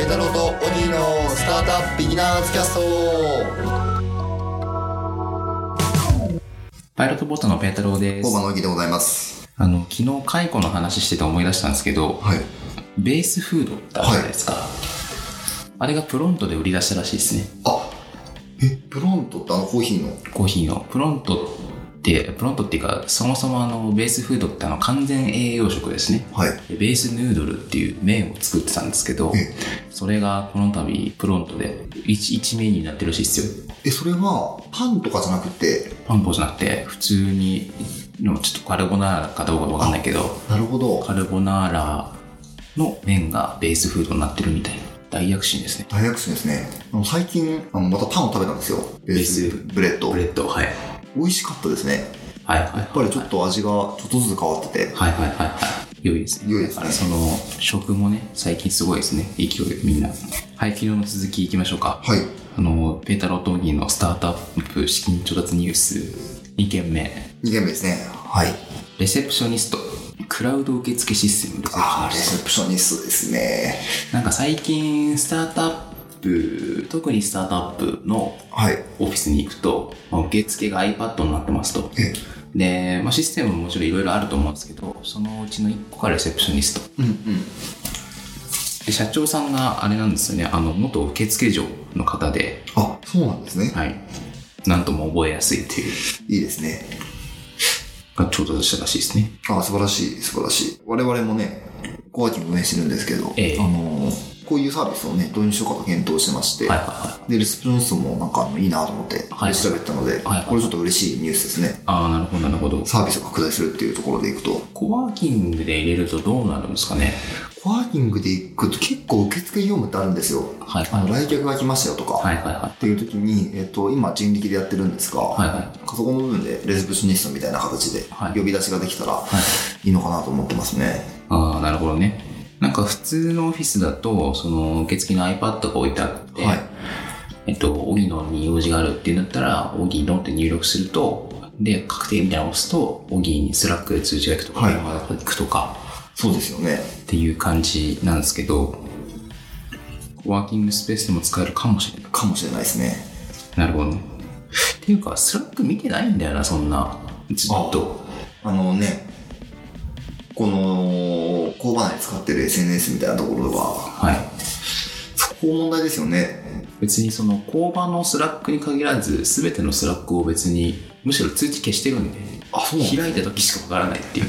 イ太郎とオギーのスタートアップビギナーズキャストパイロットボットのペータローです大。場のオギーでございますあの、昨日解雇の話してて思い出したんですけど、はいベースフードってあるじゃないですか。あれがプロントで売り出したらしいですね。あえプロントってあのコーヒーのコーヒーの。プロントって、プロントっていうか、そもそもあの、ベースフードってあの、完全栄養食ですね。はいでベースヌードルっていう麺を作ってたんですけどえ、それがこの度、プロントで一一メニューになってるらしいですよ。えそれはパンとかじゃなくてパン粉じゃなくて、普通に、のちょっとカルボナーラかどうかわかんないけど、なるほどカルボナーラの麺がベースフードになってるみたいな大躍進ですね大躍進ですねあの最近あのまたパンを食べたんですよベースベースブレッドブレッドはい美味しかったですねはいはいややっぱりちょっと味がちょっとずつ変わっててはいはいはいはい良いですね良いですねだからその食もね最近すごいですね勢いみんなはい昨日の続きいきましょうかはいあのペータロートーギーのスタートアップ資金調達ニュース2件目2件目ですねはいレセプショニストクラウド受付システムレセプショあニあレストセプショニストですねなんか最近スタートアップ特にスタートアップのはいオフィスに行くと、まあ受付が iPad になってますと。えで、まあ、システムももちろんいろいろあると思うんですけど、そのうちの1個がレセプショニスト。うんうんで、社長さんがあれなんですよね、あの、元受付嬢の方で、あそうなんですねはい。なんとも覚えやすいっていう、いいですねが調達したらしいですね。あ素晴らしい、素晴らしい。我々もね、コワーキングをね、してるんですけど、ええあのー、こういうサービスをね、導入しようかと検討してまして、はいはいはい。で、レセプショニストもなんかあのいいなと思って、はい調べてたので、はいはいこれちょっと嬉しいニュースですね。ああ、なるほど、なるほど。サービスを拡大するっていうところでいくと、コワーキングで入れるとどうなるんですかね。コワーキングで行くと結構受付業務ってあるんですよ。はいあはい。の、はい来客が来ましたよとか、はいはっていう時に、えっと、今人力でやってるんですが、い。はいはい。そこの部分でレセプショニストみたいな形ではい呼び出しができたらはいいいのかなと思ってますね。ああ、なるほどね。なんか普通のオフィスだと、その受付の iPad が置いてあって、はいえっと、荻野に用事があるっていうんだったら、荻野って入力すると、で、確定みたいなのを押すと、荻にスラックで通知が行くとか、はい電話が行くとかそうですよね。っていう感じなんですけど、ワーキングスペースでも使えるかもしれない。かもしれないですね。なるほどね。っていうか、スラック見てないんだよな、そんな。ずっと。あのね、この工場内で使ってる SNS みたいなところは、はい。そこ問題ですよね。別にその工場のスラックに限らず全てのスラックを別にむしろ通知消してるんであ、そなんだ開いた時しかわからないっていう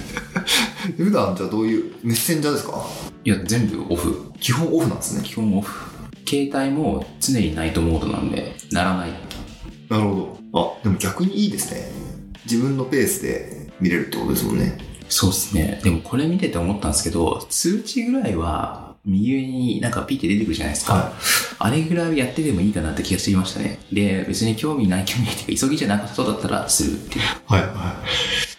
普段じゃあどういう、メッセンジャーですかいや全部オフ基本オフなんですね基。本オフ携帯も常にナイトモードなんでならないなるほど。あ、でも逆にいいですね。自分のペースで見れるってことですもんね。そうですねでもこれ見てて思ったんですけど通知ぐらいは右上になんかピッて出てくるじゃないですか、はあれぐらいやってでもいいかなって気がしてきましたねで別に興味ない興味ないっていうか急ぎじゃなかったそうだったらするっていうはいはい。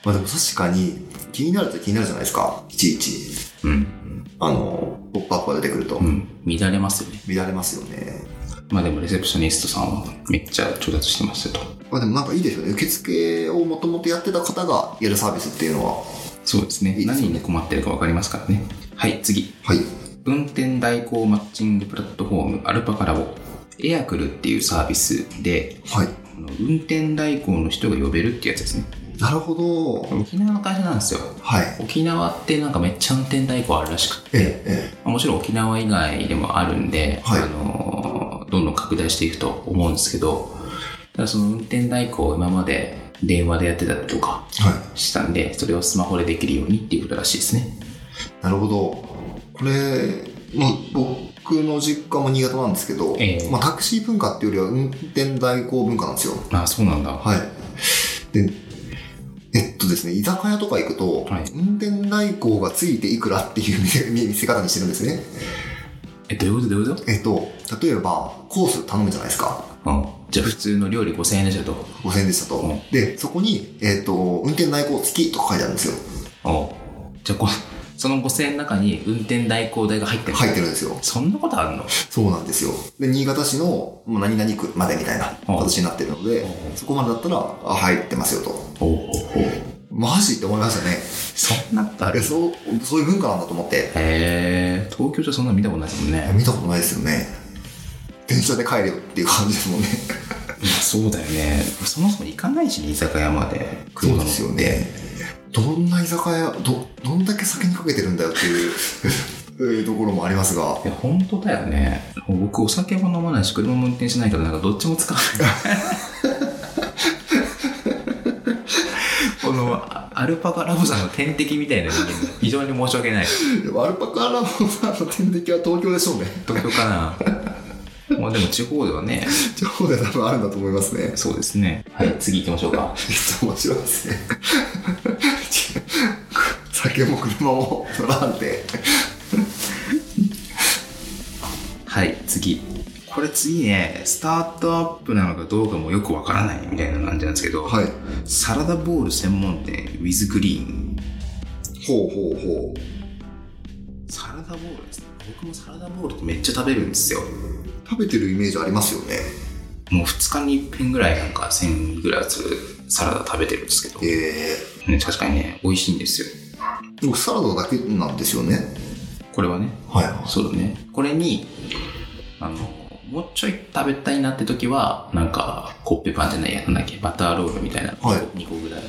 まあでも確かに気になると気になるじゃないですか。いちいち。うんあの、ポップアップが出てくるとうん乱れますよね乱れますよね。まあでもレセプショニストさんはめっちゃ調達してますよとまあでもなんかいいですよね。受付をもともとやってた方がやるサービスっていうのは。そうですねいいですね何に困ってるか分かりますからねはい次はい。運転代行マッチングプラットフォームアルパカラボエアクルっていうサービスではい。あの運転代行の人が呼べるってやつですねなるほど。沖縄の会社なんですよはい。沖縄ってなんかめっちゃ運転代行あるらしくええて、、えまあもちろん沖縄以外でもあるんで、はいあのーどんどん拡大していくと思うんですけどただその運転代行を今まで電話でやってたりとかえ。はしたんでそれをスマホでできるようにっていうことらしいですねい。なるほど。これ、まあ、僕の実家も新潟なんですけど、ええまあ、タクシー文化っていうよりは運転代行文化なんですよ。ああそうなんだはい。で、えっとですね、居酒屋とか行くと、はい運転代行がついていくらっていう見せ見せ方にしてるんですね。えどういうことどういうことえっと、例えば、コース頼むじゃないですか。うんじゃあ普通の料理5000円でしょと5000円でしたと。うんで、そこに、えっ、と、運転代行付きとか書いてあるんですよ。おうじゃあこその5000円の中に運転代行代が入ってるの入ってるんですよ。そんなことあるのそうなんですよ。で、新潟市のもう何々区までみたいなうん形になってるので、うそこまでだったら、あ入ってますよと。おうおうおうマジって思いましたね。そんなことあいるや、そう、そういう文化なんだと思って。へえ東京じゃそんな見たことないですもんね見たことないですよね。電車で帰れよっていう感じですもんね。いやそうだよねそもそも行かないしね居酒屋まで食うそうでのってすよね。どんな居酒屋、ど、どんだけ酒にかけてるんだよっていう えーところもありますがい。や本当だよね僕お酒も飲まないし車も運転しないからなんかどっちも使わない このアルパカラボさんの天敵みたいな人間非常に申し訳ないでもアルパカラモさんの天敵は東京でしょうね。東京かなまあでも地方ではね地方で多分あるんだと思いますね。そうですねはい次行きましょうかめっちゃ面白いですね。酒も車も取らんで。はい次これ次ねスタートアップなのかどうかもよくわからないみたいな感じなんですけど、はい。サラダボール専門店 with グリーンほうほうほう。サラダボールですね僕もサラダボールってめっちゃ食べるんですよ食べてるイメージありますよね。もう2日に1遍ぐらいなんか1000ぐらいするサラダ食べてるんですけど、えね、確かにね美味しいんですよー、でもサラダだけなんですよね。これはねはい。そうだねこれにあのもうちょい食べたいなって時はなんかコッペパンじゃないやなんだっけバターロールみたいな、はい2個ぐらい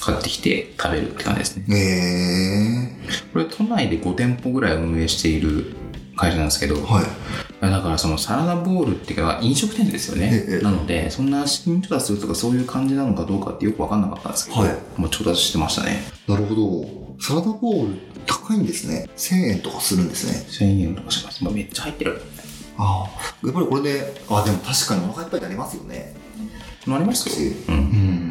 買ってきて食べるって感じですねえこれ都内で5店舗ぐらい運営している会社なんですけど、ー、はい。だからそのサラダボールっていうか飲食店ですよね、ええなのでそんな資金調達するとかそういう感じなのかどうかってよく分かんなかったんですけど、はいもう調達してましたねなるほど。サラダボール高いんですね。1000円とかするんですね。 1000円とかします、まあ、めっちゃ入ってるああ。やっぱりこれで、あ、でも確かにお腹いっぱいになりますよね。なりますよ、う、うん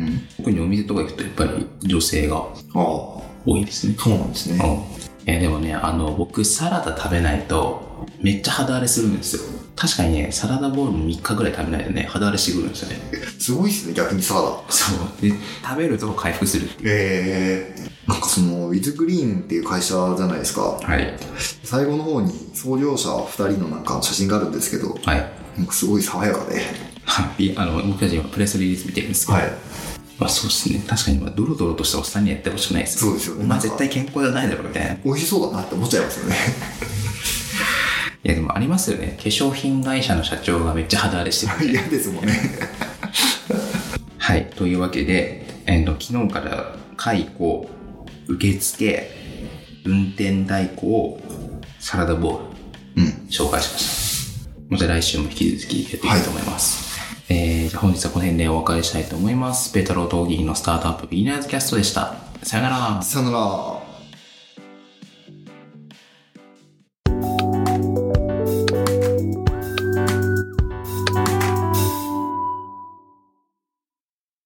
ん。特にお店とか行くとやっぱり女性がああ。多いですねそうなんですうんね。えでもねあの僕サラダ食べないとめっちゃ肌荒れするんですよ確かにねサラダボールも3日ぐらい食べないとね肌荒れしてくるんですよねすごいですね、逆にサラダ。そうで食べると回復するっていえー、なんかその、ウィズグリーンっていう会社じゃないですかう。はい最後の方に創業者2人のなんか写真があるんですけど、はい なんかすごい爽やかで。ハッピーあの僕たち今プレスリリース見てるんですけど、い。まあ、そうですね確かにまあドロドロとしたおっさんにやってほしくないですそうですよねまなんあか絶対健康じゃないだろうみたいない美味しそうだなって思っちゃいますよね。 やでもありますよね化粧品会社の社長がめっちゃ肌荒れしてる嫌ですもんね。はいというわけで、えーと昨日から解雇受付運転代行サラダボールうん。紹介しました。また来週も引き続きやっていきたいと思います。えー、じゃあ本日はこの辺でお別れしたいと思います。ペータロー・トーギーのスタートアップビギナーズキャストでした。さよなら。さよなら。